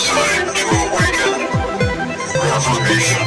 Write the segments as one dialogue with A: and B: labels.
A: to awaken revolution.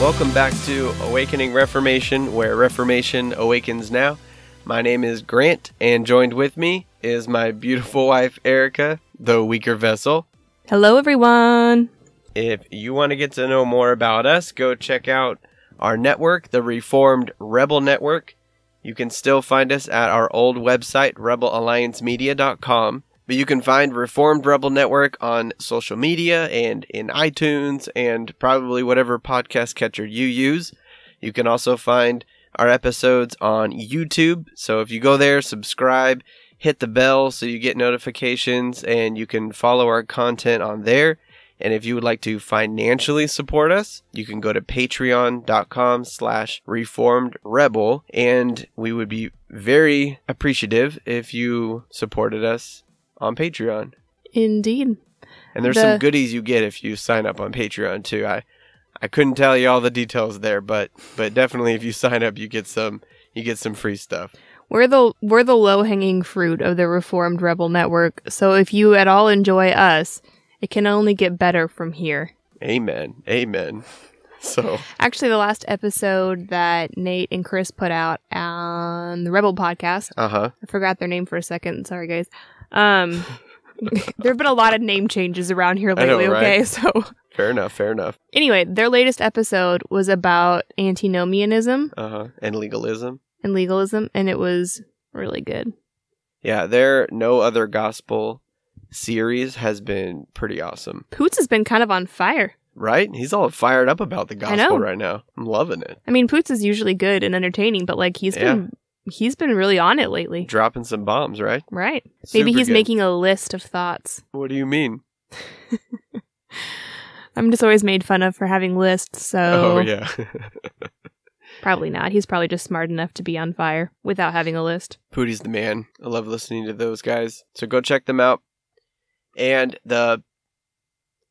B: Welcome back to Awakening Reformation, where Reformation awakens now. My name is Grant, and joined with me is my beautiful wife, Erica, the weaker vessel.
C: Hello, everyone.
B: If you want to get to know more about us, go check out our network, the Reformed Rebel Network. You can still find us at our old website, rebelalliancemedia.com. But you can find Reformed Rebel Network on social media and in iTunes and probably whatever podcast catcher you use. You can also find our episodes on YouTube. So if you go there, subscribe, hit the bell so you get notifications, and you can follow our content on there. And if you would like to financially support us, you can go to patreon.com slash reformed rebel. And we would be very appreciative if you supported us on Patreon.
C: Indeed.
B: And there's
C: The-
B: some goodies you get if you sign up on Patreon too. I I couldn't tell you all the details there, but but definitely if you sign up you get some you get some free stuff.
C: We're the we're the low hanging fruit of the Reformed Rebel Network, so if you at all enjoy us, it can only get better from here.
B: Amen. Amen. So
C: Actually, the last episode that Nate and Chris put out on the Rebel podcast,
B: uh-huh.
C: I forgot their name for a second. Sorry, guys. Um, there have been a lot of name changes around here
B: I know,
C: lately.
B: right?
C: Okay, so
B: Fair enough, fair enough.
C: anyway, their latest episode was about antinomianism
B: Uh-huh. And legalism.
C: and legalism, and it was really good.
B: Yeah, their no other gospel series has been pretty awesome.
C: Poots has been kind of on fire.
B: Right? He's all fired up about the
C: I know.
B: gospel right now. I'm loving it.
C: I mean, Poots is usually good and entertaining, but like he's been he's been really on it lately.
B: Dropping some bombs, right?
C: right. Maybe
B: Super
C: he's
B: good.
C: making a list of thoughts.
B: What do you mean?
C: I'm just always made fun of for having lists, so
B: oh yeah.
C: probably not. He's probably just smart enough to be on fire without having a list.
B: Pootie's the man. I love listening to those guys. So go check them out. And the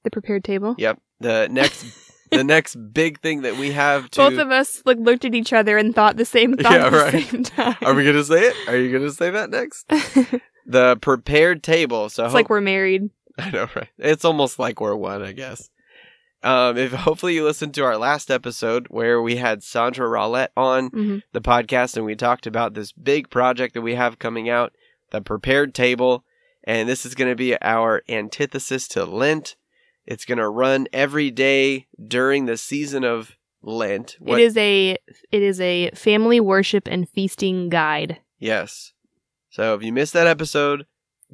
C: The prepared table.
B: yep, the next the next big thing that we have to
C: Both of us like looked at each other and thought the same thought
B: Yeah,
C: at the
B: right.
C: same time.
B: Are we Uh-huh. gonna say it? Are you gonna say that next?
C: it's
B: The prepared table. So
C: like we're married.
B: I know, right? It's almost like we're one, I guess. Um, if hopefully you listened to our last episode where we had Sandra Rowlett on
C: Mhm.
B: the podcast and we talked about this big project that we have coming out, the prepared table, and this is going to be our antithesis to Lent. It's going to run every day during the season of Lent. What-
C: It is a it is a family worship and feasting guide.
B: Yes. So if you missed that episode,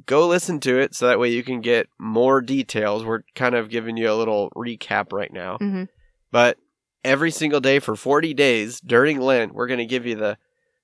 B: go listen to it so that way you can get more details. We're kind of giving you a little recap right now.
C: Mhm.
B: But every single day for 40 days during Lent, we're going to give you the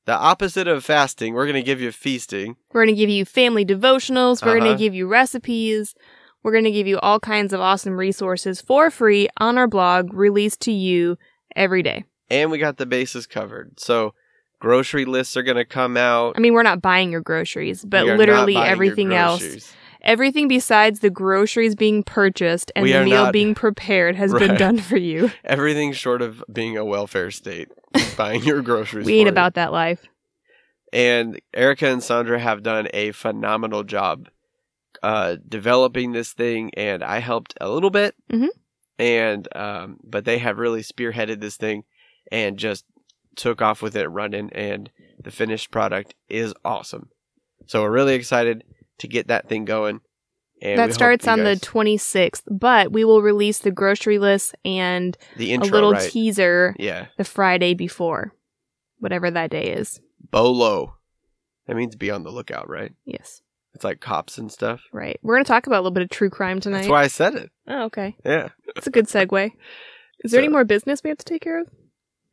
B: the opposite of fasting. We're going to give you feasting.
C: We're going to give you family devotionals. We're going
B: Uh-huh.
C: to give you recipes. We're going to give you all kinds of awesome resources for free on our blog, released to you every day.
B: And we got the bases covered. So grocery lists are going to come out.
C: I mean, we're not buying your groceries, but
B: We are not
C: literally
B: buying your
C: everything else,
B: groceries.
C: everything besides the groceries being purchased and
B: We
C: the
B: are
C: meal
B: not-
C: being prepared has been
B: Right.
C: done for you.
B: Everything short of being a welfare state, buying your groceries.
C: we
B: for
C: ain't
B: you.
C: about that life.
B: and Erica and Sandra have done a phenomenal job uh, developing this thing, and I helped a little bit,
C: Mhm.
B: and um, but they have really spearheaded this thing and just took off with it running, and the finished product is awesome. So we're really excited to get that thing going. And we
C: that
B: hope
C: starts
B: you
C: on
B: guys-
C: the 26th, but we will release the grocery list and
B: the intro,
C: a little
B: right?
C: teaser
B: yeah,
C: the Friday before, whatever that day is.
B: Bolo. That means be on the lookout, right?
C: Yes.
B: It's like cops and stuff.
C: Right. We're going to talk about a little bit of true crime tonight.
B: That's why I said it.
C: oh, okay.
B: Yeah.
C: It's a good segue. Is there
B: So-
C: any more business we have to take care of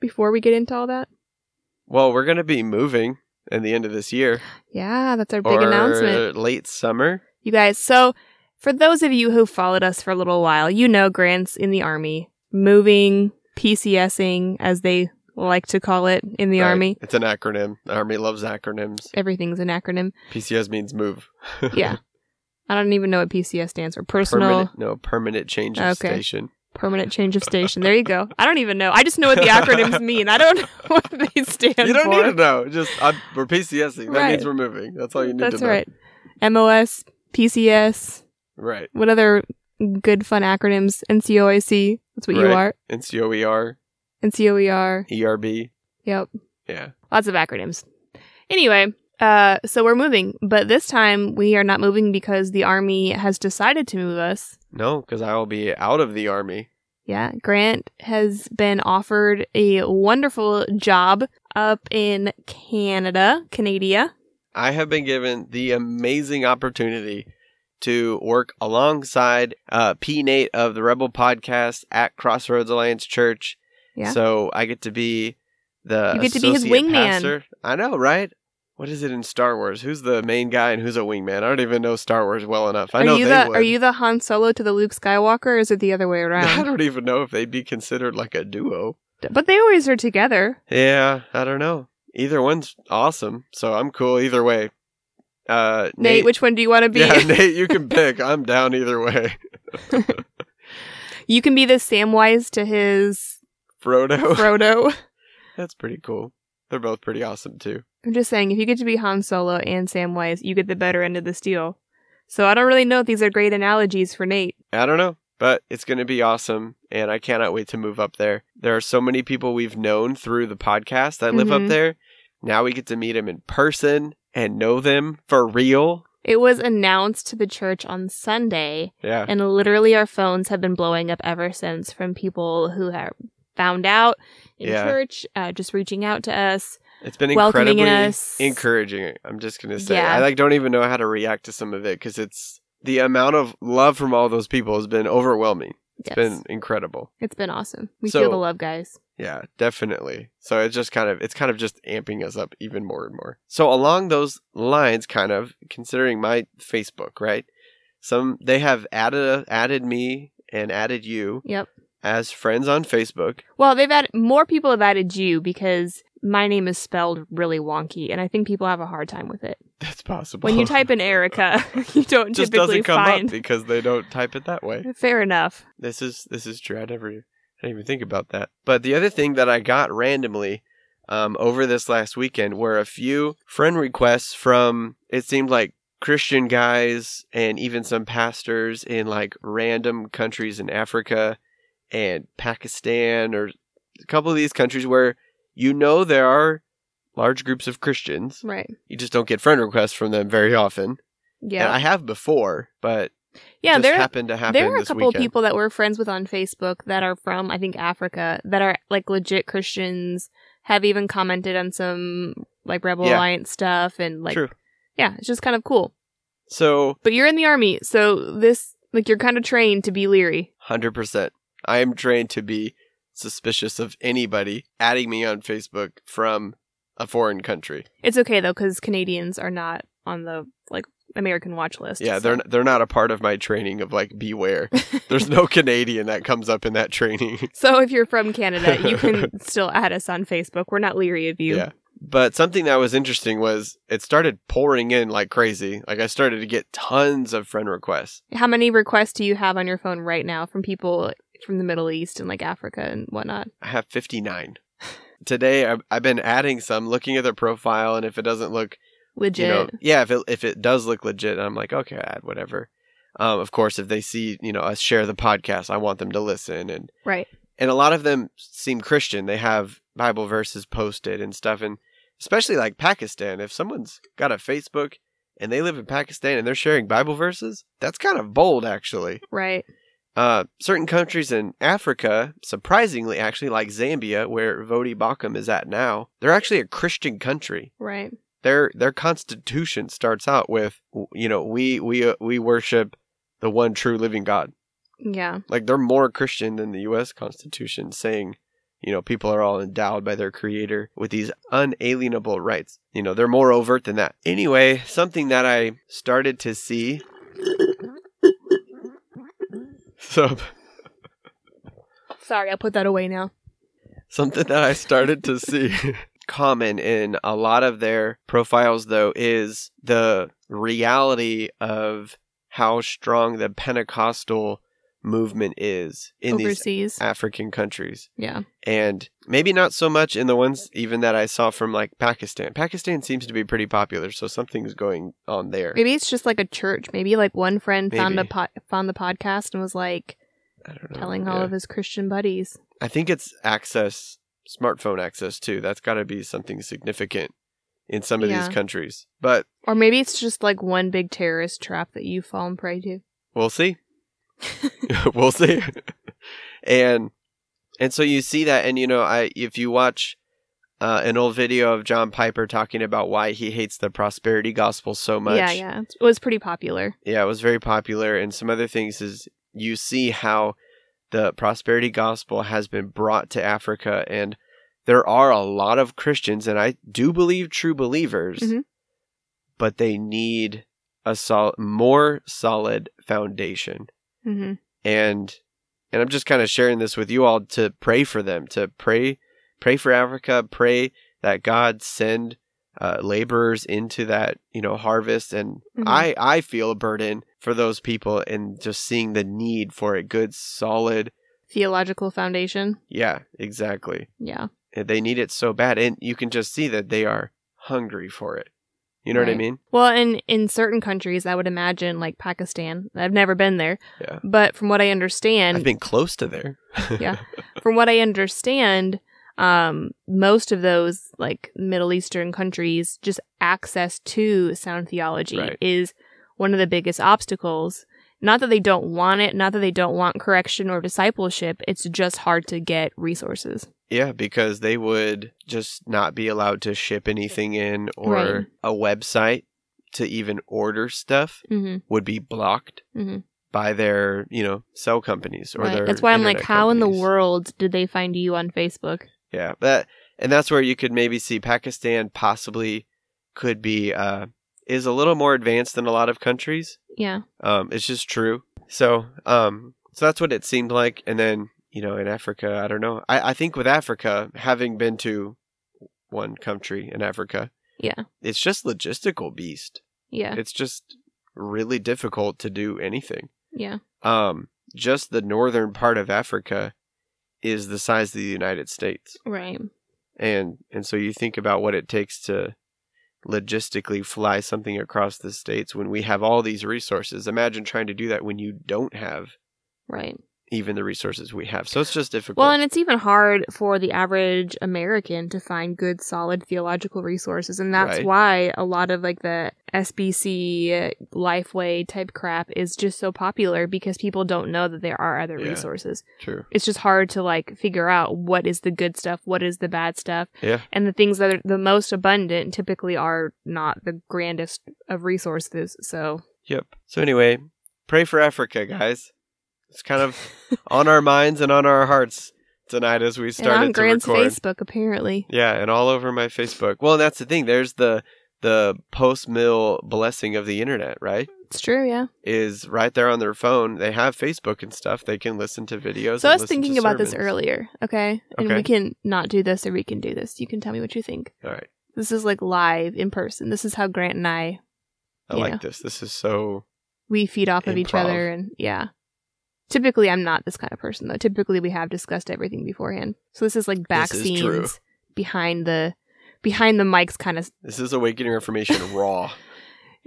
C: before we get into all that?
B: Well, we're gonna be moving at the end of this year.
C: Yeah, that's our big announcement.
B: Late summer.
C: You guys, so for those of you who followed us for a little while, you know Grant's in the army, moving, PCSing, as they like to call it in the
B: Right.
C: army.
B: It's an acronym. The army loves acronyms.
C: Everything's an acronym.
B: PCS means move.
C: Yeah. I don't even know what PCS stands for. Personal
B: Permanent, no permanent change of
C: Okay.
B: station.
C: Permanent change of station. There you go. I don't even know. I just know what the acronyms mean. I don't know what they stand
B: you don't
C: for.
B: need to know. Just I'm, we're PCSing. That
C: Right.
B: means we're moving. That's all you need
C: That's
B: to know.
C: right. MOS, PCS,
B: Right.
C: what other good fun acronyms? NCOIC. That's what you
B: Right.
C: are.
B: And C O E R
C: NCOER.
B: E R B.
C: Yep.
B: Yeah.
C: Lots of acronyms. Anyway, uh, so we're moving, but this time we are not moving because the army has decided to move us.
B: No, because I will be out of the army.
C: Yeah, Grant has been offered a wonderful job up in Canada, Canada.
B: I have been given the amazing opportunity to work alongside uh, P Nate of the Rebel Podcast at Crossroads Alliance Church.
C: Yeah.
B: So I get to be the
C: You get to be his
B: associate
C: wingman.
B: pastor. I know, right? What is it in Star Wars? Who's the main guy and who's a wingman? I don't even know Star Wars well enough. I
C: are
B: know
C: you
B: they
C: the
B: would.
C: are you the Han Solo to the Luke Skywalker, or is it the other way
B: I
C: around?
B: don't even know if they'd be considered like a duo.
C: but they always are together.
B: Yeah, I don't know. Either one's awesome, so I'm cool either way. Uh,
C: Nate, which one do you want to be?
B: yeah, Nate, you can pick. I'm down either way.
C: you can be the Samwise to his
B: Frodo.
C: Frodo.
B: That's pretty cool. They're both pretty awesome too.
C: I'm just saying, if you get to be Han Solo and Samwise, you get the better end of this deal. So I don't really know if these are great analogies for Nate.
B: I don't know, but it's going to be awesome, and I cannot wait to move up there. There are so many people we've known through the podcast that live up
C: Mhm.
B: there. Now we get to meet them in person and know them for real.
C: It was announced to the church on Sunday,
B: Yeah,
C: and literally our phones have been blowing up ever since from people who have found out in
B: Yeah.
C: church, uh, just reaching out to us.
B: it's been
C: welcoming
B: incredibly
C: us.
B: encouraging. I'm just going to say,
C: Yeah.
B: I like don't even know how to react to some of it because it's the amount of love from all those people has been overwhelming.
C: Yes.
B: It's been incredible.
C: it's been awesome. We
B: So-
C: feel the love, guys.
B: Yeah, definitely. So it's just kind of it's kind of just amping us up even more and more. So along those lines, kind of considering my Facebook, right? Some they have added added me and added you
C: Yep.
B: as friends on Facebook.
C: Well, they've added more people have added you because my name is spelled really wonky, and I think people have a hard time with it.
B: That's possible.
C: When you type in Erica, you don't
B: it just
C: typically
B: doesn't come
C: find.
B: up because they don't type it that way.
C: Fair enough.
B: This is this is true. I never I didn't even think about that. But the other thing that I got randomly um, over this last weekend were a few friend requests from it seemed like Christian guys and even some pastors in like random countries in Africa and Pakistan or a couple of these countries where you know there are large groups of Christians.
C: Right.
B: You just don't get friend requests from them very often. And
C: Yeah.
B: I have before, but
C: yeah.
B: just
C: There,
B: happened to happen
C: there are a
B: this
C: couple of
B: weekend.
C: people that we're friends with on Facebook that are from, I think, Africa that are like legit Christians, have even commented on some like Rebel
B: Yeah.
C: Alliance stuff. And like,
B: True.
C: yeah, it's just kind of cool.
B: So
C: But you're in the army. So this, like, you're kind of trained to be leery.
B: Hundred percent. I am trained to be suspicious of anybody adding me on Facebook from a foreign country.
C: It's okay though, because Canadians are not on the like American watch list.
B: Yeah,
C: so-
B: they're they're not a part of my training of like beware. There's no Canadian that comes up in that training.
C: So if you're from Canada, you can still add us on Facebook. We're not leery of you.
B: Yeah. But something that was interesting was it started pouring in like crazy. Like I started to get tons of friend requests.
C: How many requests do you have on your phone right now from people from the Middle East and like Africa and whatnot?
B: I have 59. Today I've, I've been adding some, looking at their profile, and if it doesn't look
C: Legit.
B: you know, yeah, if it if it does look legit, I'm like, okay, add whatever. Um, of course, if they see you know us share the podcast, I want them to listen, and
C: right.
B: and a lot of them seem Christian. They have Bible verses posted and stuff, and especially like Pakistan. If someone's got a Facebook and they live in Pakistan and they're sharing Bible verses, that's kind of bold, actually.
C: Right.
B: Uh, certain countries in Africa, surprisingly, actually like Zambia, where Vodi Bakum is at now, they're actually a Christian country
C: Right.
B: their their constitution starts out with you know we we uh, we worship the one true living god
C: Yeah.
B: like they're more christian than the us constitution saying you know people are all endowed by their creator with these unalienable rights you know they're more overt than that anyway something that i started to see so
C: Sorry, I'll put that away now.
B: Something that I started to see common in a lot of their profiles, though, is the reality of how strong the Pentecostal movement is in these
C: overseas.
B: African countries.
C: yeah.
B: And maybe not so much in the ones even that I saw from like Pakistan. Pakistan seems to be pretty popular, so something's going on there.
C: Maybe it's just like a church. Maybe like one friend found a
B: Maybe.
C: po- found the podcast and was like
B: I don't know.
C: telling all
B: yeah.
C: of his Christian buddies.
B: I think it's access, smartphone access too. That's got to be something significant in some of
C: Yeah.
B: these countries. But
C: Or maybe it's just like one big terrorist trap that you've fallen prey to.
B: we'll see. we'll see. and and so you see that and you know, I if you watch uh, an old video of John Piper talking about why he hates the prosperity gospel so much.
C: Yeah, yeah. It was pretty popular.
B: yeah, it was very popular. And some other things is you see how the prosperity gospel has been brought to Africa, and there are a lot of Christians, and I do believe true believers,
C: Mhm.
B: but they need a sol- more solid foundation.
C: hmm
B: And and I'm just kind of sharing this with you all to pray for them, to pray pray for Africa, pray that God send uh, laborers into that you know harvest and
C: Mhm.
B: i i feel a burden for those people and just seeing the need for a good solid
C: Theological foundation.
B: yeah exactly
C: Yeah.
B: And they need it so bad and you can just see that they are hungry for it you know what i
C: Right.
B: mean
C: Well, in in certain countries, I would imagine like Pakistan. I've never been there,
B: Yeah.
C: but from what I understand,
B: i've been close to there
C: Yeah. from what I understand, um, most of those like Middle Eastern countries, just access to sound theology
B: Right.
C: is one of the biggest obstacles. Not that they don't want it, not that they don't want correction or discipleship. It's just hard to get resources.
B: yeah because they would just not be allowed to ship anything in or
C: Right.
B: a website to even order stuff
C: Mm-hmm.
B: would be blocked
C: Mhm.
B: by their you know cell companies or their
C: That's why I'm like,
B: internet
C: how in the
B: companies.
C: world did they find you on Facebook?
B: Yeah, that and that's where you could maybe see Pakistan possibly could be uh, is a little more advanced than a lot of countries.
C: Yeah.
B: Um, it's just true. So um, so that's what it seemed like. And then you know in Africa, I don't know. I, I think with Africa, having been to one country in Africa,
C: Yeah.
B: it's just logistical beast.
C: Yeah.
B: It's just really difficult to do anything.
C: Yeah.
B: Um, just the northern part of Africa is the size of the United States
C: Right.
B: and and so you think about what it takes to logistically fly something across the states when we have all these resources imagine trying to do that when you don't have
C: Right.
B: even the resources we have so it's just difficult
C: Well, and it's even hard for the average American to find good, solid theological resources, and that's
B: Right.
C: why a lot of like the SBC, uh, Lifeway type crap is just so popular because people don't know that there are other
B: Yeah.
C: resources.
B: true
C: It's just hard to like figure out what is the good stuff, what is the bad stuff,
B: yeah
C: and the things that are the most abundant typically are not the grandest of resources. So,
B: yep so anyway pray for africa guys it's kind of on our minds and on our hearts tonight as we
C: and on
B: started to
C: Grant's
B: record
C: Facebook, apparently.
B: Yeah, and all over my Facebook. Well, that's the thing. There's the the post mill blessing of the internet, right?
C: It's true, yeah.
B: Is right there on their phone. They have Facebook and stuff. They can listen to videos.
C: So I
B: and
C: was
B: listen to
C: thinking about this
B: sermons.
C: earlier, okay? And we
B: Okay.
C: can not do this or we can do this. You can tell me what you think.
B: All right,
C: This is like live in person. This is how Grant and I
B: I
C: Yeah.
B: like this. This is so
C: we feed off of each
B: Improv.
C: other and yeah. Typically I'm not this kind of person though. Typically we have discussed everything beforehand. So this is like back
B: This is true.
C: scenes behind the behind the mics kind of
B: this is awakening information raw.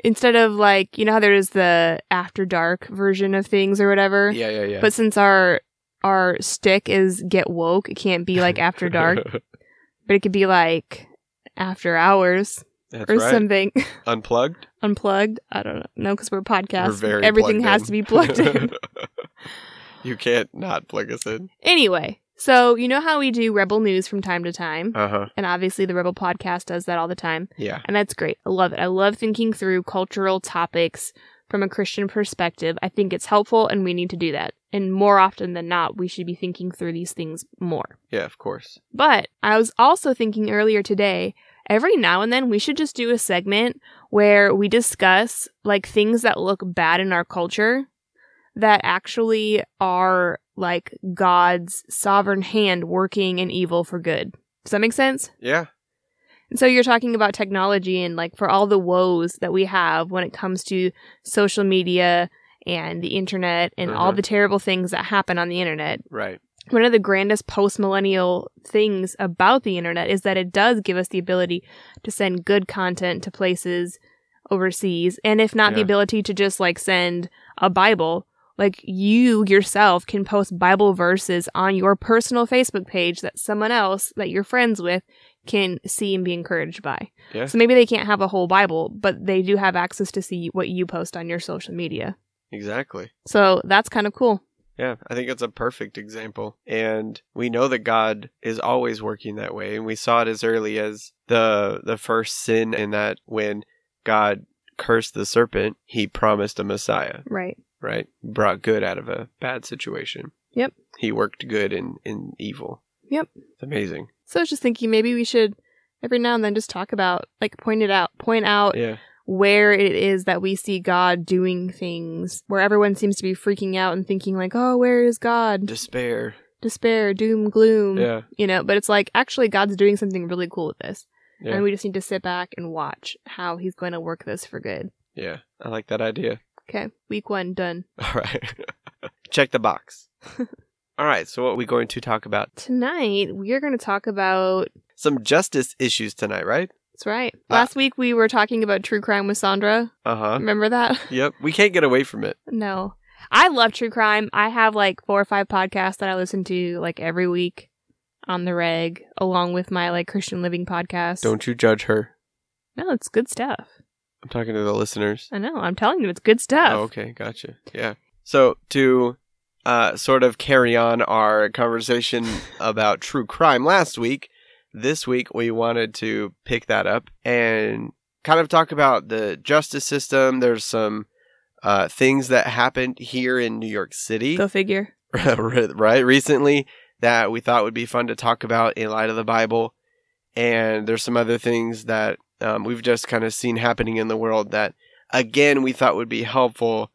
C: instead of like you know how there's the after dark version of things or whatever.
B: Yeah, yeah, yeah.
C: But since our our stick is get woke, it can't be like after dark. but it could be like after hours
B: That's
C: or
B: right.
C: something
B: Unplugged.
C: unplugged. I don't know. No, because we're a podcast.
B: We're very
C: Everything
B: plugged
C: has
B: in.
C: to be plugged in.
B: you can't not plug us in.
C: anyway, so you know how we do Rebel News from time to time,
B: Uh huh.
C: and obviously the Rebel Podcast does that all the time,
B: Yeah.
C: and that's great. I love it. I love thinking through cultural topics from a Christian perspective. I think it's helpful, and we need to do that. And more often than not, we should be thinking through these things more.
B: Yeah. Of course.
C: But I was also thinking earlier today, every now and then we should just do a segment where we discuss like things that look bad in our culture that actually are like God's sovereign hand working in evil for good. Does that make sense?
B: Yeah.
C: And so you're talking about technology and like for all the woes that we have when it comes to social media and the internet and all
B: Mhm.
C: the terrible things that happen on the internet.
B: Right.
C: One of the grandest post millennial things about the internet is that it does give us the ability to send good content to places overseas, and if not the
B: Yeah.
C: ability to just like send a Bible. Like you yourself can post Bible verses on your personal Facebook page that someone else that you're friends with can see and be encouraged by.
B: Yeah.
C: So maybe they can't have a whole Bible, but they do have access to see what you post on your social media.
B: Exactly.
C: So that's kind of cool.
B: Yeah, I think it's a perfect example. And we know that God is always working that way, and we saw it as early as the the first sin in that when God cursed the serpent, he promised a Messiah,
C: Right.
B: right? Brought good out of a bad situation.
C: Yep.
B: He worked good in in evil.
C: Yep.
B: It's amazing.
C: So I was just thinking maybe we should every now and then just talk about like point it out, point out
B: Yeah.
C: where it is that we see God doing things where everyone seems to be freaking out and thinking like, "Oh, where is God?"
B: Despair.
C: Despair, doom, gloom,
B: Yeah.
C: you know, but it's like actually God's doing something really cool with this.
B: Yeah.
C: And we just need to sit back and watch how he's going to work this for good.
B: Yeah. I like that idea.
C: Okay, week 1 done.
B: All right. Check the box. All right, so what are we going to talk about?
C: Tonight, we are going to talk about
B: Some justice issues tonight, right?
C: That's right.
B: Ah.
C: Last week we were talking about true crime with Sandra.
B: Uh-huh.
C: Remember that?
B: Yep, we can't get away from it.
C: no. I love true crime. I have like four or five podcasts that I listen to like every week on the reg, along with my like Christian living podcast.
B: Don't you judge her.
C: No, it's good stuff.
B: I'm talking to the listeners.
C: I know. I'm telling you, it's good stuff.
B: Oh, okay, gotcha. Yeah. So to uh, sort of carry on our conversation about true crime last week, this week we wanted to pick that up and kind of talk about the justice system. There's some uh, things that happened here in New York City.
C: Go figure.
B: right recently that we thought would be fun to talk about in light of the Bible, and there's some other things that um, we've just kind of seen happening in the world that again we thought would be helpful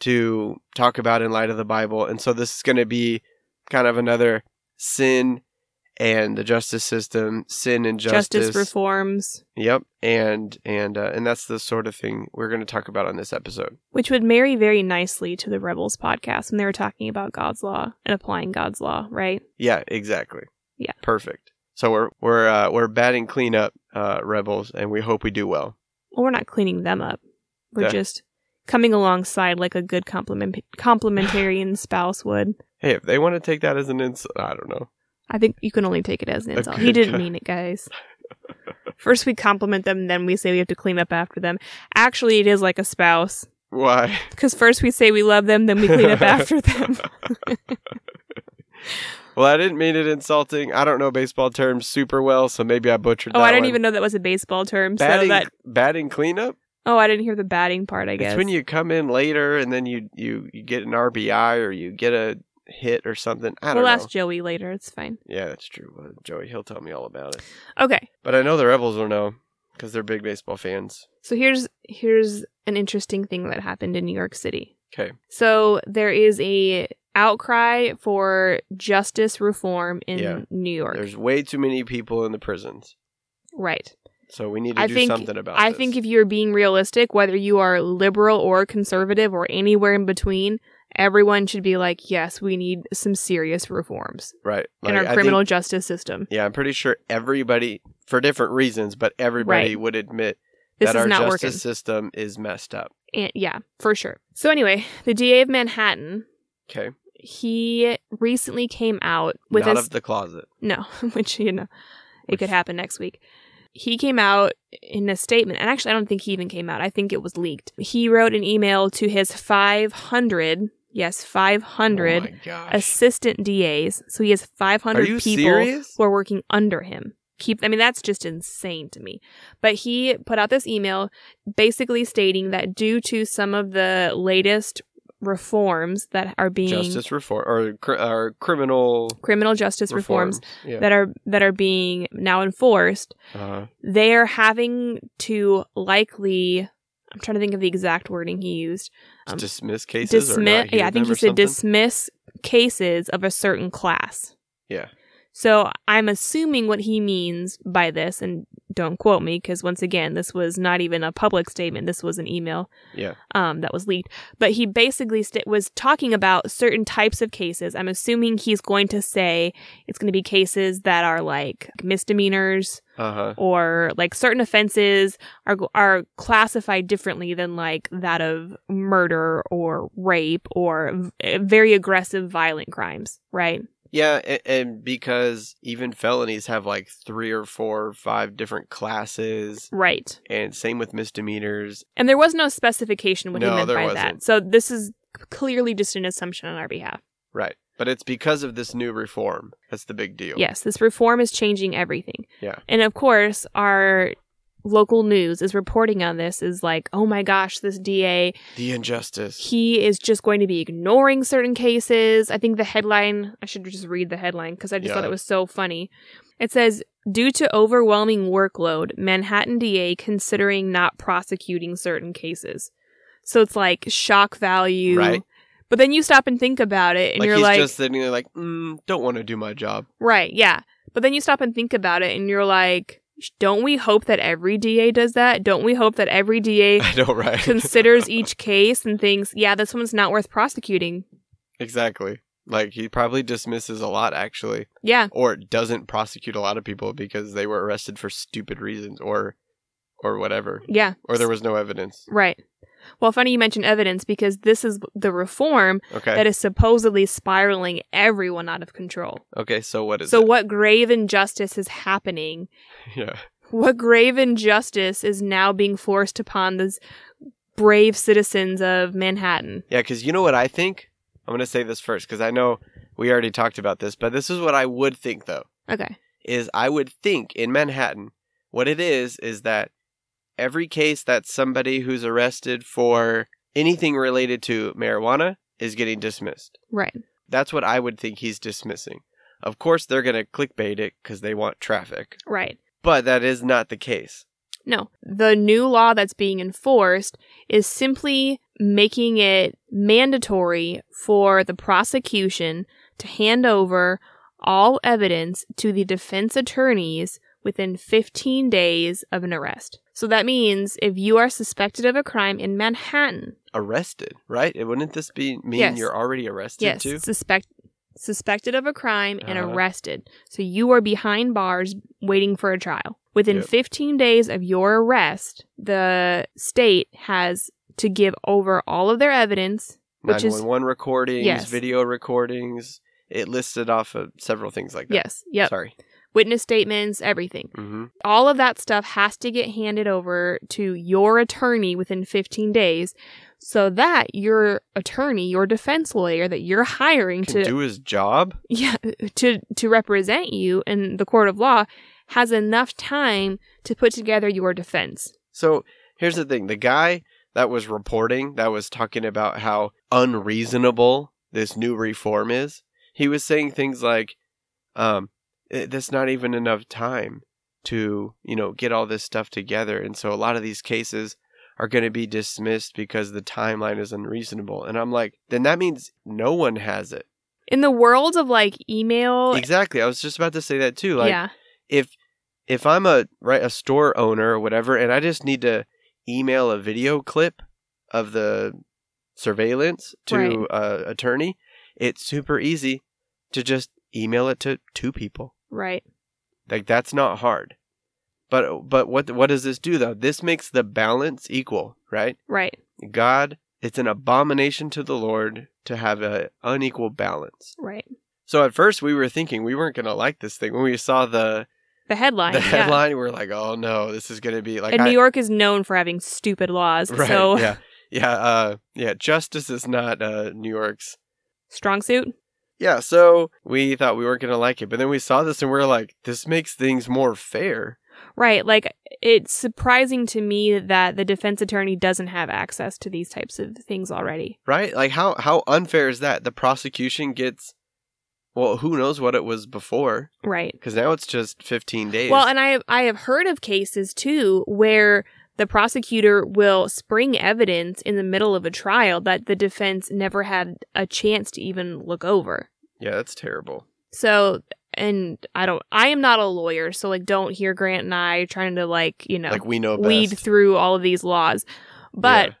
B: to talk about in light of the Bible, and so this is going to be kind of another sin and the justice system, sin and
C: Justice reforms,
B: Yep, and and uh, and that's the sort of thing we're going to talk about on this episode.
C: which would marry very nicely to the Rebels podcast when they were talking about God's law and applying God's law, right?
B: Yeah, exactly.
C: Yeah.
B: Perfect. So we're we're uh, we're batting cleanup, uh, rebels, and we hope we do well.
C: well, we're not cleaning them up. We're
B: Yeah.
C: just coming alongside like a good compliment complementarian spouse would.
B: Hey, if they want to take that as an insult, I don't know.
C: I think you can only take it as an
B: A
C: insult.
B: good
C: He didn't
B: co-
C: mean it, guys. First we compliment them, then we say we have to clean up after them. Actually, it is like a spouse
B: Why?
C: because first we say we love them, then we clean up after them.
B: Well, I didn't mean it insulting. I don't know baseball terms super well, so maybe I butchered.
C: Oh,
B: that
C: I didn't
B: one.
C: even know that was a baseball term.
B: batting
C: So that
B: batting cleanup.
C: oh, I didn't hear the batting part. I guess
B: It's when you come in later and then you you you get an RBI or you get a hit or something. I don't
C: we'll
B: know.
C: ask Joey later. It's fine.
B: Yeah, that's true. Well, Joey, he'll tell me all about it.
C: Okay.
B: But I know the rebels will know because they're big baseball fans.
C: So here's here's an interesting thing that happened in New York City.
B: 'Kay.
C: So there is a outcry for justice reform in
B: Yeah.
C: New York.
B: There's way too many people in the prisons.
C: right.
B: So we need to
C: I
B: do
C: think-
B: something about
C: I
B: this.
C: think if you're being realistic, whether you are liberal or conservative or anywhere in between, everyone should be like, yes, we need some serious reforms
B: right
C: in
B: like,
C: our
B: I
C: criminal
B: think-
C: justice system.
B: yeah, I'm pretty sure everybody, for different reasons, but everybody would admit
C: This
B: that
C: is
B: our
C: not
B: justice
C: working.
B: system is messed up.
C: and, yeah, for sure. So anyway, the DA of Manhattan,
B: Okay,
C: he recently came out with
B: not
C: a
B: of the closet.
C: No, which you know, it could
B: Which-
C: happen next week. He came out in a statement, and actually, I don't think he even came out. I think it was leaked. He wrote an email to his 500, yes, 500
B: Oh my gosh.
C: assistant DAs. So he has 500
B: Are you
C: people
B: serious?
C: who are working under him. Keep, I mean, that's just insane to me. But he put out this email basically stating that due to some of the latest reforms that are being
B: Justice reform or, cr- or criminal
C: criminal justice reforms
B: reforms? Yeah.
C: that are that are being now enforced
B: uh,
C: they are having to likely i'm trying to think of the exact wording he used um,
B: dismiss cases. or
C: dismiss
B: not hear
C: yeah i
B: them
C: think he
B: or
C: said
B: something?
C: dismiss cases of a certain class
B: Yeah.
C: so i'm assuming what he means by this and Don't quote me because once again, this was not even a public statement. This was an email
B: Yeah.
C: um, that was leaked. But he basically st- was talking about certain types of cases. I'm assuming he's going to say it's going to be cases that are like misdemeanors
B: Uh huh.
C: or like certain offenses are are classified differently than like that of murder or rape or v- eh, very aggressive violent crimes, right?
B: Yeah, and, and because even felonies have like three or four or five different classes,
C: Right.
B: and same with misdemeanors.
C: And there was no specification what he
B: No,
C: meant
B: there
C: by that.
B: wasn't.
C: So this is clearly just an assumption on our behalf.
B: Right. But it's because of this new reform. That's the big deal.
C: Yes, this reform is changing everything.
B: Yeah.
C: And of course, our local news is reporting on this is like, "Oh my gosh, this DA
B: The injustice.
C: he is just going to be ignoring certain cases. I think the headline, I should just read the headline because I just thought
B: Yeah.
C: it was so funny. It says, Due to overwhelming workload, Manhattan DA considering not prosecuting certain cases. So it's like shock value.
B: Right.
C: But then you stop and think about it and
B: like
C: you're
B: he's
C: like,
B: just sitting there like, mm, don't want to do my job.
C: Right, yeah. But then you stop and think about it and you're like, don't we hope that every DA does that? Don't we hope that every DA
B: I know, right?
C: considers each case and thinks, yeah, this one's not worth prosecuting?
B: exactly. Like he probably dismisses a lot actually,
C: Yeah.
B: or doesn't prosecute a lot of people because they were arrested for stupid reasons or, or whatever,
C: Yeah.
B: or there was no evidence.
C: Right. Well, funny you mention evidence because this is the reform
B: Okay.
C: that is supposedly spiraling everyone out of control.
B: okay. So what is
C: so,
B: it?
C: what grave injustice is happening?
B: yeah.
C: What grave injustice is now being forced upon these brave citizens of Manhattan?
B: Yeah, because you know what I think? I'm going to say this first because I know we already talked about this, but this is what I would think though,
C: Okay.
B: is I would think in Manhattan, what it is, is that every case that somebody who's arrested for anything related to marijuana is getting dismissed.
C: Right.
B: That's what I would think he's dismissing. Of course, they're going to clickbait it because they want traffic,
C: Right.
B: but that is not the case.
C: No. The new law that's being enforced is simply making it mandatory for the prosecution to hand over all evidence to the defense attorneys within 15 days of an arrest. So that means if you are suspected of a crime in Manhattan,
B: Arrested, right? It Wouldn't this be mean
C: Yes.
B: you're already arrested
C: yes,
B: too?
C: suspect suspected of a crime and
B: Uh-huh.
C: arrested. So you are behind bars waiting for a trial. Within
B: Yep.
C: 15 days of your arrest, the state has to give over all of their evidence. which is-
B: 911 recordings,
C: Yes.
B: video recordings. It listed off of several things like that.
C: Yes, yep.
B: Sorry.
C: Witness statements, everything.
B: Mm-hmm.
C: all of that stuff has to get handed over to your attorney within 15 days so that your attorney your defense lawyer that you're hiring
B: Can
C: to
B: do his job.
C: yeah to to represent you in the court of law has enough time to put together your defense
B: So here's the thing: the guy that was reporting, that was talking about how unreasonable this new reform is. He was saying things like, um, "Eh, "That's not even enough time to, you know, get all this stuff together," and so a lot of these cases are going to be dismissed because the timeline is unreasonable. And I'm like, then that means no one has it.
C: in the world of like email
B: Exactly. I was just about to say that too. Like
C: yeah
B: if if I'm a right a store owner or whatever and I just need to email a video clip of the surveillance to
C: Right.
B: uh, attorney, it's super easy to just email it to two people.
C: right
B: Like that's not hard. But but what what does this do though? This makes the balance equal, right?
C: right
B: God, it's an abomination to the Lord to have an unequal balance.
C: right
B: So at first we were thinking we weren't going to like this thing when we saw the
C: the headline
B: the
C: yeah.
B: headline. We're like, oh no, this is going to be like
C: and
B: I-
C: new york is known for having stupid laws
B: right?
C: so
B: Yeah, yeah, uh, yeah. Justice is not uh, New York's.
C: strong suit
B: Yeah, so we thought we weren't going to like it, but then we saw this and we're like, this makes things more fair.
C: Right. Like, it's surprising to me that the defense attorney doesn't have access to these types of things already.
B: Right? Like how how unfair is that? The prosecution gets well, who knows what it was before
C: Right.
B: cuz now it's just 15 days.
C: Well, and I have, I have heard of cases too where the prosecutor will spring evidence in the middle of a trial that the defense never had a chance to even look over.
B: yeah, that's terrible.
C: So and I don't I am not a lawyer, so like don't hear Grant and I trying to like, you know,
B: Like we know best.
C: weed through all of these laws. But
B: Yeah.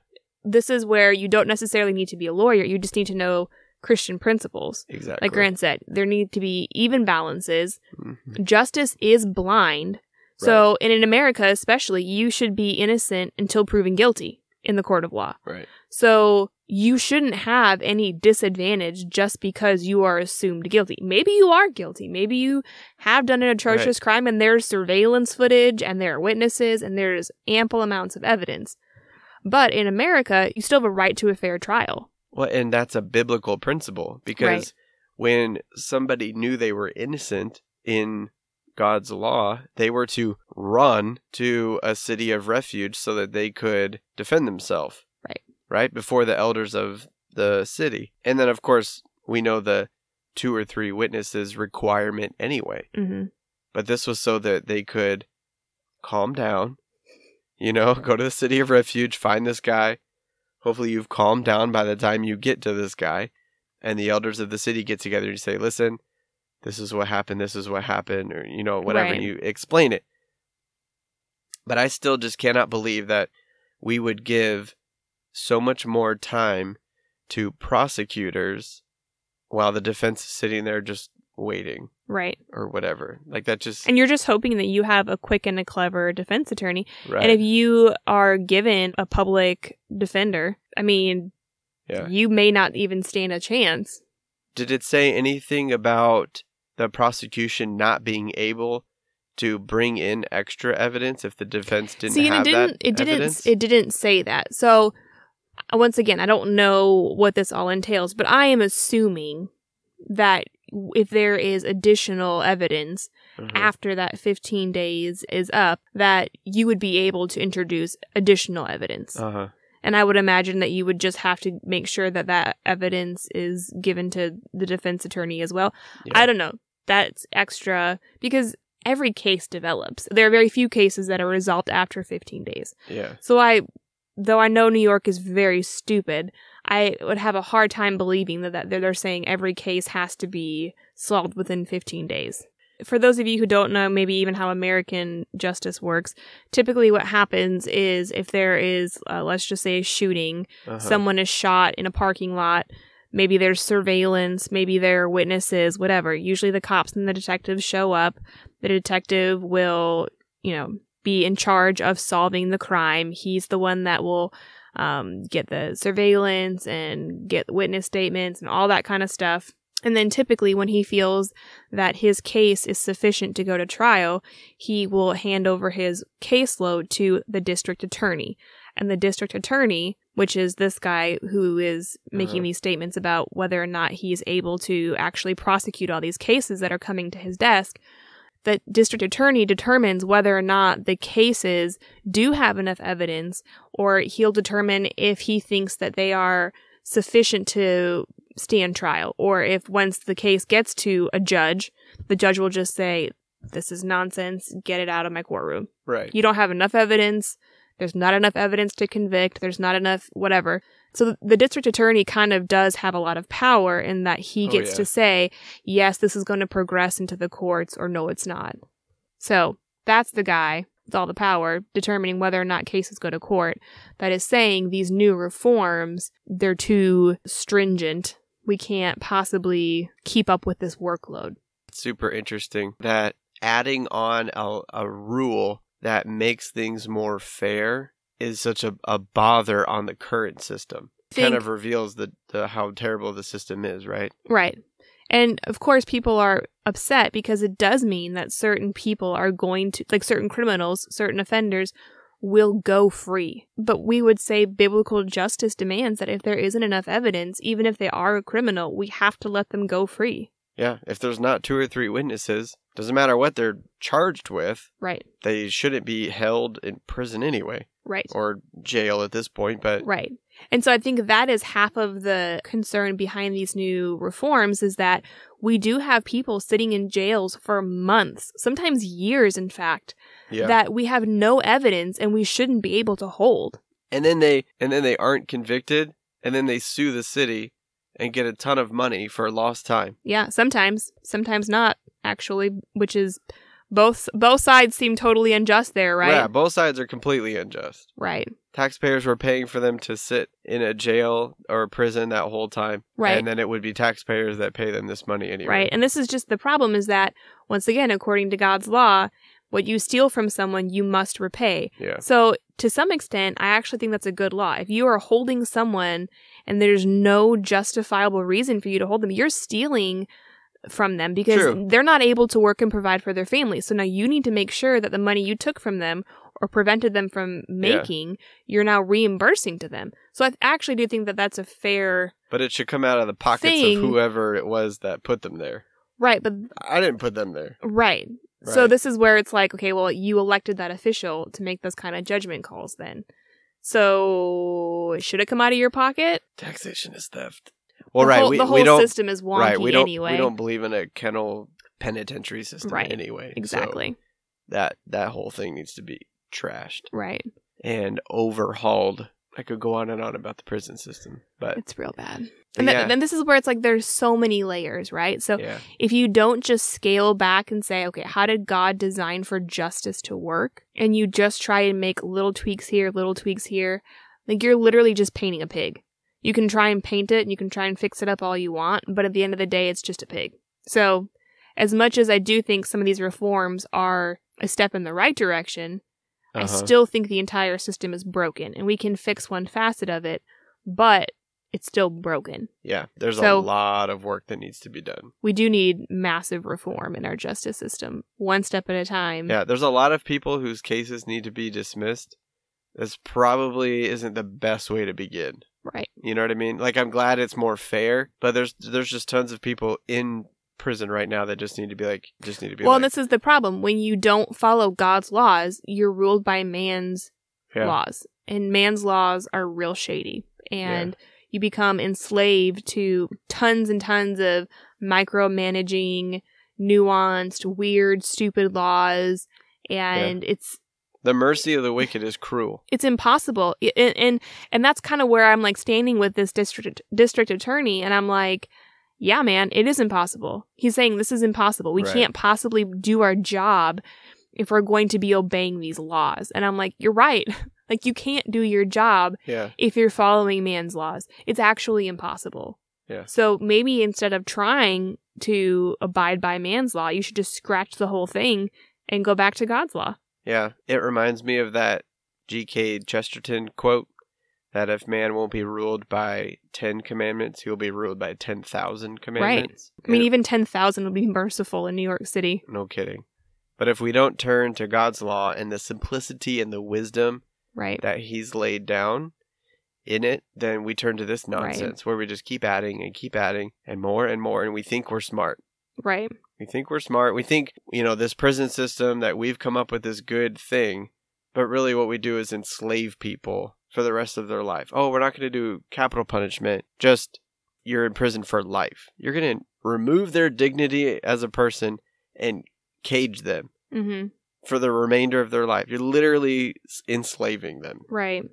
C: this is where you don't necessarily need to be a lawyer. You just need to know Christian principles.
B: exactly.
C: Like Grant said, there need to be even balances.
B: Mhm.
C: Justice is blind. So, and in America especially, you should be innocent until proven guilty in the court of law.
B: Right.
C: So you shouldn't have any disadvantage just because you are assumed guilty. Maybe you are guilty. Maybe you have done an atrocious crime and there's surveillance footage and there are witnesses and there's ample amounts of evidence. But in America, you still have a right to a fair trial.
B: Well, and that's a biblical principle because
C: Right.
B: when somebody knew they were innocent in God's law, they were to run to a city of refuge so that they could defend themselves.
C: Right.
B: Right? Before the elders of the city. And then, of course, we know the two or three witnesses requirement anyway.
C: hmm
B: But this was so that they could calm down, you know, go to the city of refuge, find this guy. Hopefully, you've calmed down by the time you get to this guy. And the elders of the city get together and say, listen, this is what happened, this is what happened, or, you know, whatever.
C: Right.
B: You explain it. But I still just cannot believe that we would give so much more time to prosecutors while the defense is sitting there just waiting
C: Right.
B: or whatever. Like that just
C: And you're just hoping that you have a quick and a clever defense attorney
B: right.
C: And if you are given a public defender, I mean,
B: Yeah.
C: you may not even stand a chance.
B: Did it say anything about the prosecution not being able to bring in extra evidence if the defense didn't
C: See, and
B: have
C: it didn't.
B: that
C: It didn't.
B: evidence?
C: It didn't say that. So, uh, once again, I don't know what this all entails, but I am assuming that if there is additional evidence
B: Mhm.
C: after that 15 days is up, that you would be able to introduce additional evidence.
B: Uh-huh.
C: And I would imagine that you would just have to make sure that that evidence is given to the defense attorney as well.
B: Yeah.
C: I don't know. That's extra because every case develops. There are very few cases that are resolved after 15 days.
B: Yeah.
C: So I, though I know New York is very stupid, I would have a hard time believing that, that they're saying every case has to be solved within 15 days. For those of you who don't know, maybe even how American justice works, typically what happens is if there is, uh, let's just say, a shooting,
B: Uh-huh.
C: someone is shot in a parking lot maybe there's surveillance maybe there are witnesses whatever usually the cops and the detectives show up the detective will you know be in charge of solving the crime he's the one that will um, get the surveillance and get witness statements and all that kind of stuff and then typically when he feels that his case is sufficient to go to trial he will hand over his caseload to the district attorney and the district attorney, which is this guy who is making
B: Uh-huh.
C: these statements about whether or not he's able to actually prosecute all these cases that are coming to his desk, the district attorney determines whether or not the cases do have enough evidence, or he'll determine if he thinks that they are sufficient to stand trial, or if once the case gets to a judge, the judge will just say, This is nonsense, get it out of my courtroom
B: right.
C: you don't have enough evidence there's not enough evidence to convict there's not enough whatever so th- the district attorney kind of does have a lot of power in that he
B: Oh,
C: gets
B: yeah.
C: to say yes this is going to progress into the courts or no it's not so that's the guy with all the power determining whether or not cases go to court that is saying these new reforms they're too stringent we can't possibly keep up with this workload
B: It's super interesting that adding on a, a rule that makes things more fair is such a, a bother on the current system. kind
C: Think-
B: of reveals the, the how terrible the system is, right?
C: Right. And of course, people are upset because it does mean that certain people are going to, like certain criminals, certain offenders will go free. But we would say biblical justice demands that if there isn't enough evidence, even if they are a criminal, we have to let them go free.
B: Yeah, if there's not two or three witnesses, doesn't matter what they're charged with,
C: Right.
B: they shouldn't be held in prison anyway
C: Right.
B: or jail at this point, but
C: Right. And so I think that is half of the concern behind these new reforms is that we do have people sitting in jails for months, sometimes years, in fact,
B: yeah.
C: that we have no evidence and we shouldn't be able to hold.
B: and then they and then they aren't convicted and then they sue the city and get a ton of money for lost time.
C: Yeah, sometimes, sometimes not. actually, which is both both sides seem totally unjust there, right?
B: Yeah, both sides are completely unjust.
C: Right.
B: Taxpayers were paying for them to sit in a jail or a prison that whole time.
C: Right.
B: And uh, then it would be taxpayers that pay them this money anyway.
C: Right. And this is just the problem is that once again, according to God's law, what you steal from someone, you must repay.
B: Yeah.
C: So, to some extent, I actually think that's a good law. If you are holding someone and there's no justifiable reason for you to hold them, you're stealing from them because
B: True.
C: they're not able to work and provide for their family. So now you need to make sure that the money you took from them or prevented them from making, you're now reimbursing to them. So I actually do think that that's a fair
B: But it should come out of the pockets
C: Thing.
B: of whoever it was that put them there.
C: right, but
B: I didn't put them there.
C: Right. So
B: Right.
C: this is where it's like, okay, well, you elected that official to make those kind of judgment calls then. So should it come out of your pocket?
B: Taxation is theft. Well,
C: the
B: right.
C: Whole,
B: we,
C: the whole
B: we don't.
C: system is wonky
B: right. We don't.
C: anyway.
B: We don't believe in a kennel penitentiary system
C: Right,
B: anyway. so
C: exactly.
B: that that whole thing needs to be trashed
C: Right.
B: and overhauled. I could go on and on about the prison system, but
C: It's real bad.
B: but
C: And then,
B: yeah,
C: then this is where it's like there's so many layers, right? So
B: yeah,
C: if you don't just scale back and say, okay, how did God design for justice to work? And you just try and make little tweaks here, little tweaks here, like you're literally just painting a pig. You can try and paint it and you can try and fix it up all you want, but at the end of the day, it's just a pig. So, as much as I do think some of these reforms are a step in the right direction, I
B: uh-huh.
C: still think the entire system is broken and we can fix one facet of it, but it's still broken.
B: yeah. There's
C: so-
B: a lot of work that needs to be done.
C: we do need massive reform in our justice system, one step at a time.
B: Yeah, there's a lot of people whose cases need to be dismissed. This probably isn't the best way to begin.
C: Right.
B: You know what I mean? Like I'm glad it's more fair, but there's there's just tons of people in prison right now that just need to be like just need to be
C: Well, and
B: like,
C: this is the problem. When you don't follow God's laws, you're ruled by man's
B: yeah,
C: laws, and man's laws are real shady. And you become enslaved to tons and tons of micromanaging, nuanced, weird, stupid laws. And it's
B: the mercy of the wicked is cruel.
C: it's impossible I- and and, and that's kind of where i'm like standing with this district district attorney and i'm like yeah man it is impossible he's saying this is impossible we
B: Right.
C: can't possibly do our job if we're going to be obeying these laws and i'm like you're right like you can't do your job
B: Yeah,
C: if you're following man's laws it's actually impossible
B: Yeah.
C: so maybe instead of trying to abide by man's law you should just scratch the whole thing and go back to god's law
B: yeah. It reminds me of that G.K. Chesterton quote that if man won't be ruled by ten commandments, he'll be ruled by ten thousand commandments.
C: i mean
B: It-
C: even 10000 would be merciful in new york city
B: No kidding. But if we don't turn to God's law and the simplicity and the wisdom
C: Right.
B: that He's laid down in it, then we turn to this
C: Right.
B: nonsense where we just keep adding and keep adding and more and more, and we think we're smart.
C: right.
B: We think we're smart. We think, you know, this prison system that we've come up with is good thing, but really what we do is enslave people for the rest of their life. Oh, we're not going to do capital punishment, just you're in prison for life. You're going to remove their dignity as a person and cage them
C: Mm-hmm.
B: for the remainder of their life. You're literally s- enslaving them.
C: Right.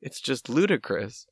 B: It's just ludicrous,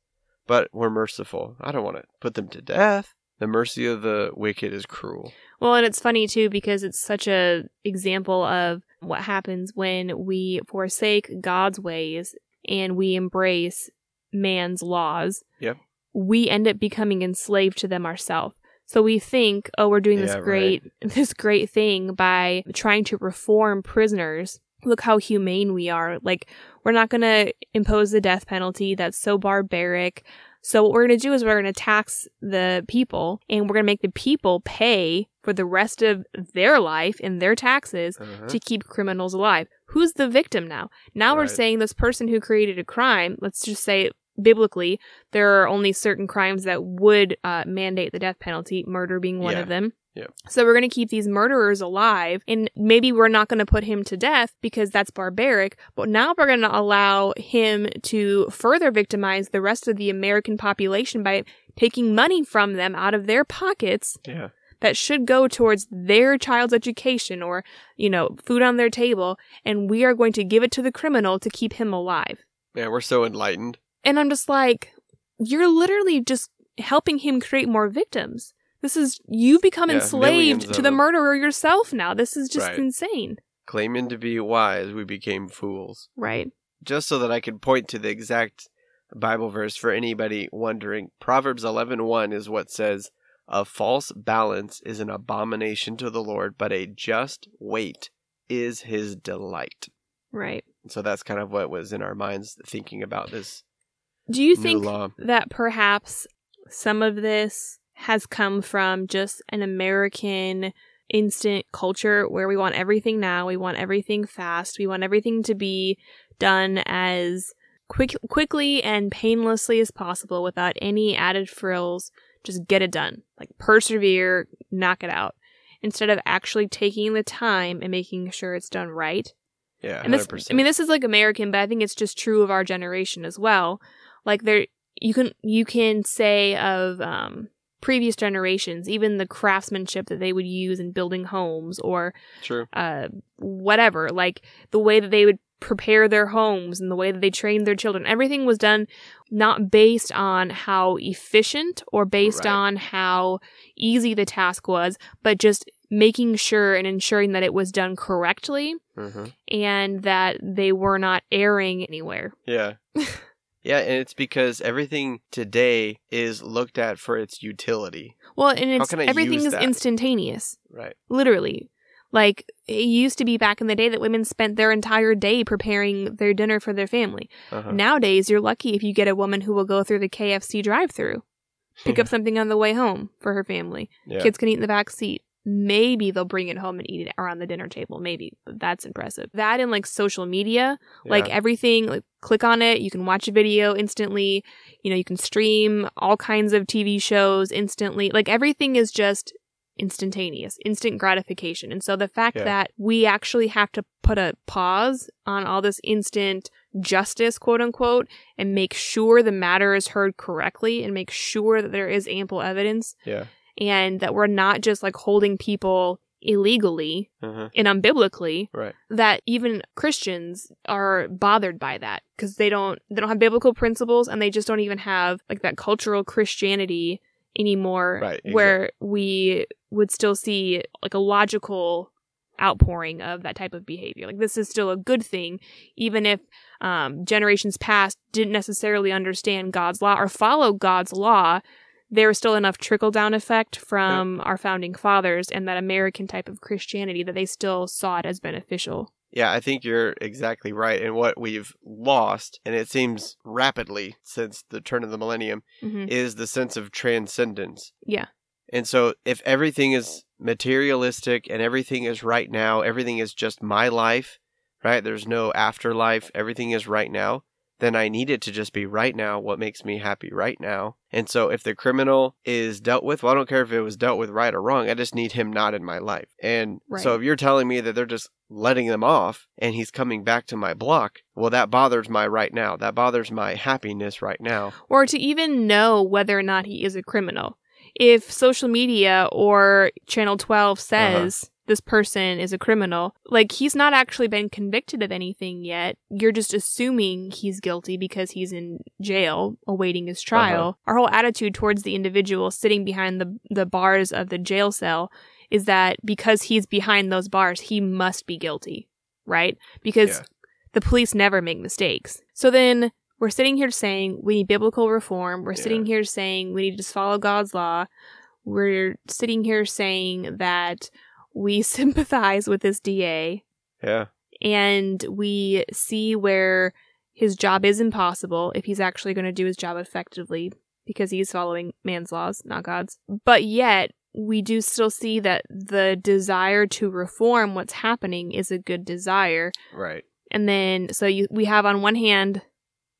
B: but we're merciful. I don't want to put them to death. The mercy of the wicked is cruel.
C: Well, and it's funny too because it's such a example of what happens when we forsake God's ways and we embrace man's laws.
B: Yep.
C: We end up becoming enslaved to them ourselves. So we think, oh, we're doing this
B: Yeah, right.
C: great this great thing by trying to reform prisoners. Look how humane we are. Like we're not going to impose the death penalty. That's so barbaric. So what we're going to do is we're going to tax the people and we're going to make the people pay for the rest of their life in their taxes
B: Uh-huh.
C: to keep criminals alive. Who's the victim now? Now we're
B: Right.
C: saying this person who created a crime, let's just say biblically, there are only certain crimes that would uh, mandate the death penalty, murder being one
B: Yeah.
C: of them.
B: Yep.
C: So we're going to keep these murderers alive, and maybe we're not going to put him to death because that's barbaric, but now we're going to allow him to further victimize the rest of the American population by taking money from them out of their pockets
B: Yeah.
C: that should go towards their child's education or, you know, food on their table, and we are going to give it to the criminal to keep him alive.
B: Man, we're so enlightened.
C: And I'm just like, you're literally just helping him create more victims. This is you've become
B: Yeah, millions
C: enslaved to
B: of
C: the
B: them.
C: murderer yourself now. This is just
B: Right.
C: insane.
B: Claiming to be wise, we became fools.
C: Right.
B: Just so that I could point to the exact Bible verse for anybody wondering, Proverbs 11:1 is what says, "A false balance is an abomination to the Lord, but a just weight is his delight."
C: Right.
B: So that's kind of what was in our minds thinking about this
C: Do you
B: new
C: think
B: law.
C: that perhaps some of this has come from just an American instant culture where we want everything now, we want everything fast, we want everything to be done as quick quickly and painlessly as possible without any added frills. Just get it done. Like persevere, knock it out. Instead of actually taking the time and making sure it's done right
B: Yeah,
C: and this,
B: 100%.
C: I mean, this is like American, but I think it's just true of our generation as well. Like there, you can you can say of um, previous generations, even the craftsmanship that they would use in building homes or
B: true.
C: uh, whatever, like the way that they would prepare their homes and the way that they trained their children. Everything was done not based on how efficient or based
B: Right.
C: on how easy the task was, but just making sure and ensuring that it was done correctly
B: hmm
C: and that they were not airing anywhere.
B: Yeah. yeah, and it's because everything today is looked at for its utility.
C: Well, and it's
B: can I
C: everything
B: use
C: is
B: that?
C: instantaneous,
B: Right.
C: literally. Like it used to be back in the day that women spent their entire day preparing their dinner for their family.
B: Uh-huh.
C: Nowadays, you're lucky if you get a woman who will go through the KFC drive-through, pick up something on the way home for her family.
B: Yeah.
C: Kids can eat in the back seat. Maybe they'll bring it home and eat it around the dinner table. Maybe but that's impressive. That and like social media, like
B: Yeah.
C: everything like click on it you can watch a video instantly you know you can stream all kinds of tv shows instantly like everything is just instantaneous instant gratification and so the fact
B: Yeah.
C: that we actually have to put a pause on all this instant justice quote unquote and make sure the matter is heard correctly and make sure that there is ample evidence
B: Yeah.
C: and that we're not just like holding people illegally
B: Uh-huh.
C: and unbiblically
B: Right.
C: that even Christians are bothered by that because they don't they don't have biblical principles and they just don't even have like that cultural Christianity anymore
B: Right, exact-
C: where we would still see like a logical outpouring of that type of behavior like this is still a good thing even if um, generations past didn't necessarily understand god's law or follow god's law there was still enough trickle down effect from our founding fathers and that American type of Christianity that they still saw it as beneficial.
B: Yeah, I think you're exactly right. And what we've lost, and it seems rapidly since the turn of the millennium,
C: hmm
B: is the sense of transcendence.
C: Yeah.
B: And so if everything is materialistic and everything is right now, everything is just my life, right? There's no afterlife, everything is right now, then I need it to just be right now, what makes me happy right now. And so if the criminal is dealt with, well, I don't care if it was dealt with right or wrong, I just need him not in my life. And so
C: Right.
B: if you're telling me that they're just letting them off and he's coming back to my block, well, that bothers my right now. That bothers my happiness right now.
C: Or to even know whether or not he is a criminal. If social media or Channel 12 says this person is a criminal, like he's not actually been convicted of anything yet. You're just assuming he's guilty because he's in jail awaiting his trial. Our whole attitude towards the individual sitting behind the, the bars of the jail cell is that because he's behind those bars, he must be guilty, right? Because
B: Yeah.
C: the police never make mistakes. So then we're sitting here saying we need biblical reform. We're sitting here saying we need to just follow God's law. We're sitting here saying that we sympathize with this DA
B: Yeah.
C: and we see where his job is impossible if he's actually going to do his job effectively because he's following man's laws, not God's. But yet, we do still see that the desire to reform what's happening is a good desire.
B: Right.
C: And then, so you, we have on one hand,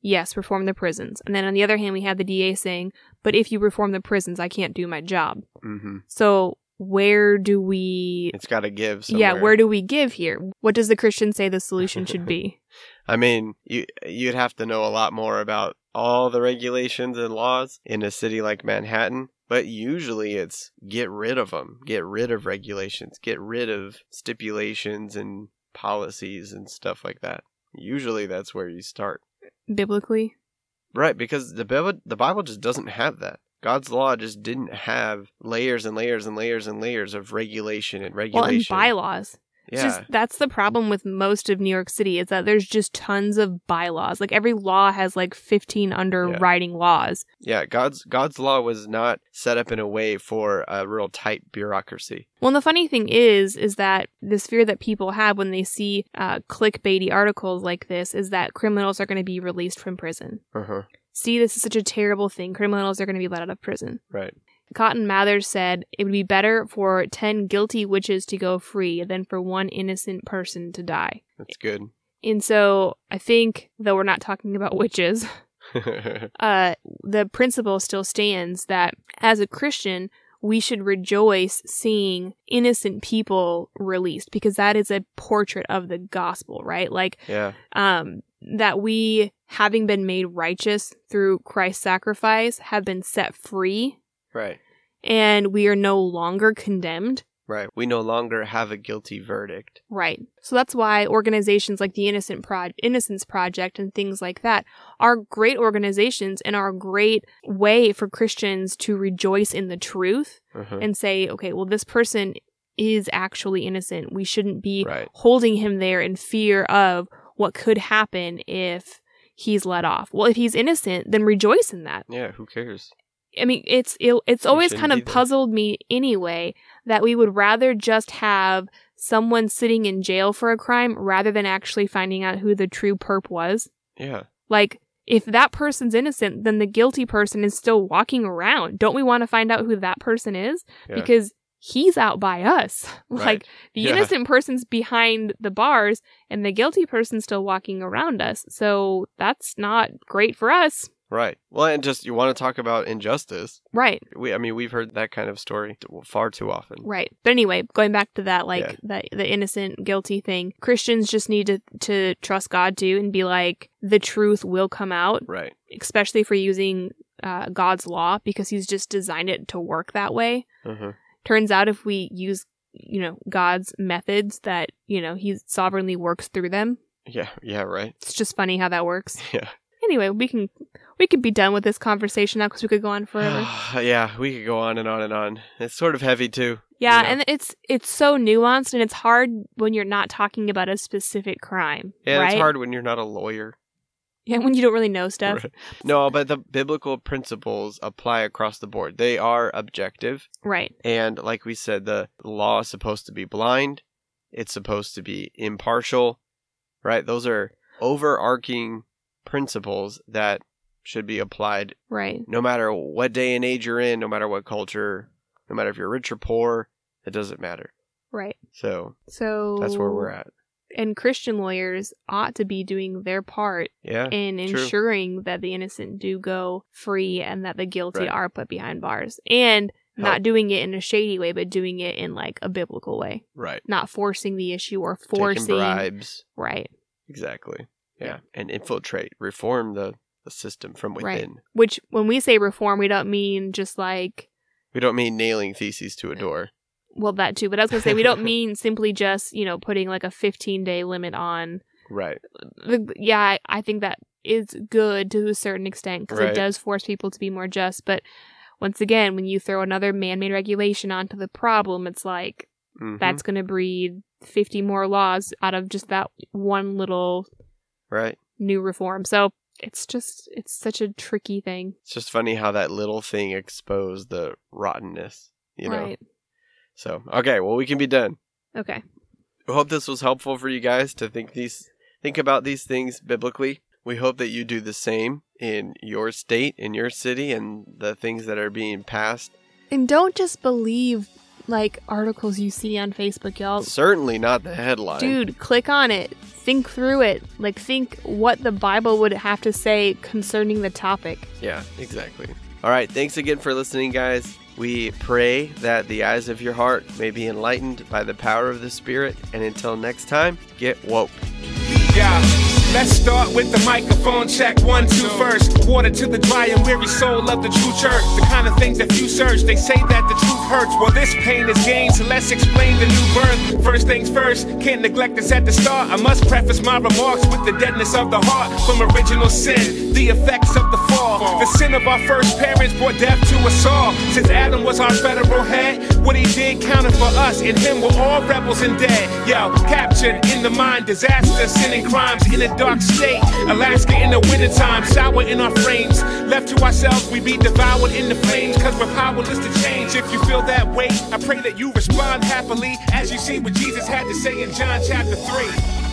C: yes, reform the prisons. And then on the other hand, we have the DA saying, but if you reform the prisons, I can't do my job.
B: hmm
C: So, where do we.
B: It's got to give. Somewhere.
C: Yeah, where do we give here? What does the Christian say the solution should be?
B: I mean, you you'd have to know a lot more about all the regulations and laws in a city like Manhattan, but usually it's get rid of them, get rid of regulations, get rid of stipulations and policies and stuff like that. Usually that's where you start.
C: biblically.
B: Right, because the Bible the Bible just doesn't have that. God's law just didn't have layers and layers and layers and layers of regulation and
C: Well, and
B: regulation.
C: bylaws. It's
B: yeah.
C: just that's the problem with most of New York City is that there's just tons of bylaws. Like every law has like 15 underwriting laws.
B: yeah, God's God's law was not set up in a way for a real tight bureaucracy.
C: Well, and the funny thing is, is that this fear that people have when they see uh, clickbaity articles like this is that criminals are going to be released from prison.
B: Uh-huh.
C: See, this is such a terrible thing. Criminals are going to be let out of prison.
B: Right.
C: Cotton Mather said it would be better for 10 guilty witches to go free than for one innocent person to die.
B: That's good.
C: And so I think, though we're not talking about witches, uh, the principle still stands that as a Christian, we should rejoice seeing innocent people released because that is a portrait of the gospel, right? Like
B: yeah.
C: um, that we, having been made righteous through Christ's sacrifice, have been set free
B: Right.
C: and we are no longer condemned.
B: Right. We no longer have a guilty verdict.
C: Right. So that's why organizations like the Innocent Pro- Innocence Project and things like that are great organizations and are a great way for Christians to rejoice in the truth
B: Uh-huh.
C: and say, okay, well, this person is actually innocent. We shouldn't be
B: right.
C: holding him there in fear of what could happen if he's let off. Well, if he's innocent, then rejoice in that.
B: Yeah, who cares?
C: I mean, it's it, it's always
B: shouldn't
C: kind
B: be
C: of
B: there.
C: puzzled me anyway that we would rather just have someone sitting in jail for a crime rather than actually finding out who the true perp was.
B: Yeah.
C: Like, if that person's innocent, then the guilty person is still walking around. Don't we want to find out who that person is?
B: Yeah.
C: Because he's out by us.
B: Right.
C: Like, the
B: Yeah.
C: innocent person's behind the bars and the guilty person's still walking around us. So that's not great for us.
B: Right. Well, and just you want to talk about injustice.
C: Right.
B: We I mean, we've heard that kind of story t- far too often.
C: Right. But anyway, going back to that, like
B: Yeah.
C: that the innocent guilty thing, Christians just need to to trust God too and be like, the truth will come out,
B: Right.
C: especially for using uh, God's law because He's just designed it to work that way.
B: Uh-huh.
C: Turns out, if we use you know God's methods, that you know He sovereignly works through them.
B: Yeah, yeah, right.
C: It's just funny how that works.
B: Yeah.
C: Anyway, we can we could be done with this conversation now because we could go on forever.
B: yeah, we could go on and on and on. It's sort of heavy too.
C: Yeah,
B: Yeah.
C: and it's it's so nuanced and it's hard when you're not talking about a specific crime,
B: Yeah,
C: right?
B: it's hard when you're not a lawyer.
C: Yeah, when you don't really know stuff. Right.
B: Right. No, but the biblical principles apply across the board. They are objective, and like we said, the law is supposed to be blind. It's supposed to be impartial, right? Those are overarching principles that should be applied
C: Right.
B: no matter what day and age you're in, no matter what culture, no matter if you're rich or poor, it doesn't matter.
C: Right.
B: So
C: So
B: that's where we're at.
C: And Christian lawyers ought to be doing their part
B: Yeah.
C: in
B: true.
C: ensuring that the innocent do go free and that the guilty
B: Right.
C: are put behind bars. And
B: Help.
C: not doing it in a shady way, but doing it in like a biblical way.
B: Right.
C: Not forcing the issue or
B: Taking
C: forcing
B: bribes.
C: right.
B: Exactly. Yeah. And infiltrate, reform the, the system from within.
C: Right. Which when we say reform, we don't mean just like
B: We don't mean nailing theses to a door.
C: Well, that too. But I was going to say, we don't mean simply just, you know, putting like a 15 day limit on.
B: Right.
C: the- Yeah, I, I think that is good to a certain extent because
B: Right.
C: it does force people to be more just. But once again, when you throw another man made regulation onto the problem, it's like
B: Mhm.
C: that's going to breed 50 more laws out of just that one little
B: right.
C: new reform. So it's just, it's such a tricky thing.
B: It's just funny how that little thing exposed the rottenness, you know?
C: Right.
B: So, okay. Well, we can be done.
C: Okay.
B: We hope this was helpful for you guys to think these think about these things biblically. We hope that you do the same in your state, in your city, and the things that are being passed.
C: And don't just believe like articles you see on Facebook, y'all.
B: Certainly not the headline.
C: Dude, click on it. Think through it. Like, think what the Bible would have to say concerning the topic.
B: Yeah, exactly. All right, thanks again for listening, guys. We pray that the eyes of your heart may be enlightened by the power of the Spirit. And until next time, get woke.
D: Yeah. Let's start with the microphone check. One, two, first. Water to the dry and weary soul of the true church. The kind of things that few search. They say that the truth hurts. Well, this pain is gain, so let's explain the new birth. First things first, can't neglect this at the start. I must preface my remarks with the deadness of the heart from original sin. The effects of the fall fall. The sin of our first parents brought death to us all. Since Adam was our federal head, what he did counted for us. In him were all rebels and dead. Yo, captured in the mind, disaster, sin and crimes in a dark state. Alaska in the wintertime, sour in our frames. Left to ourselves, we be devoured in the flames. Cause we're powerless to change. If you feel that way, I pray that you respond happily as you see what Jesus had to say in John chapter 3.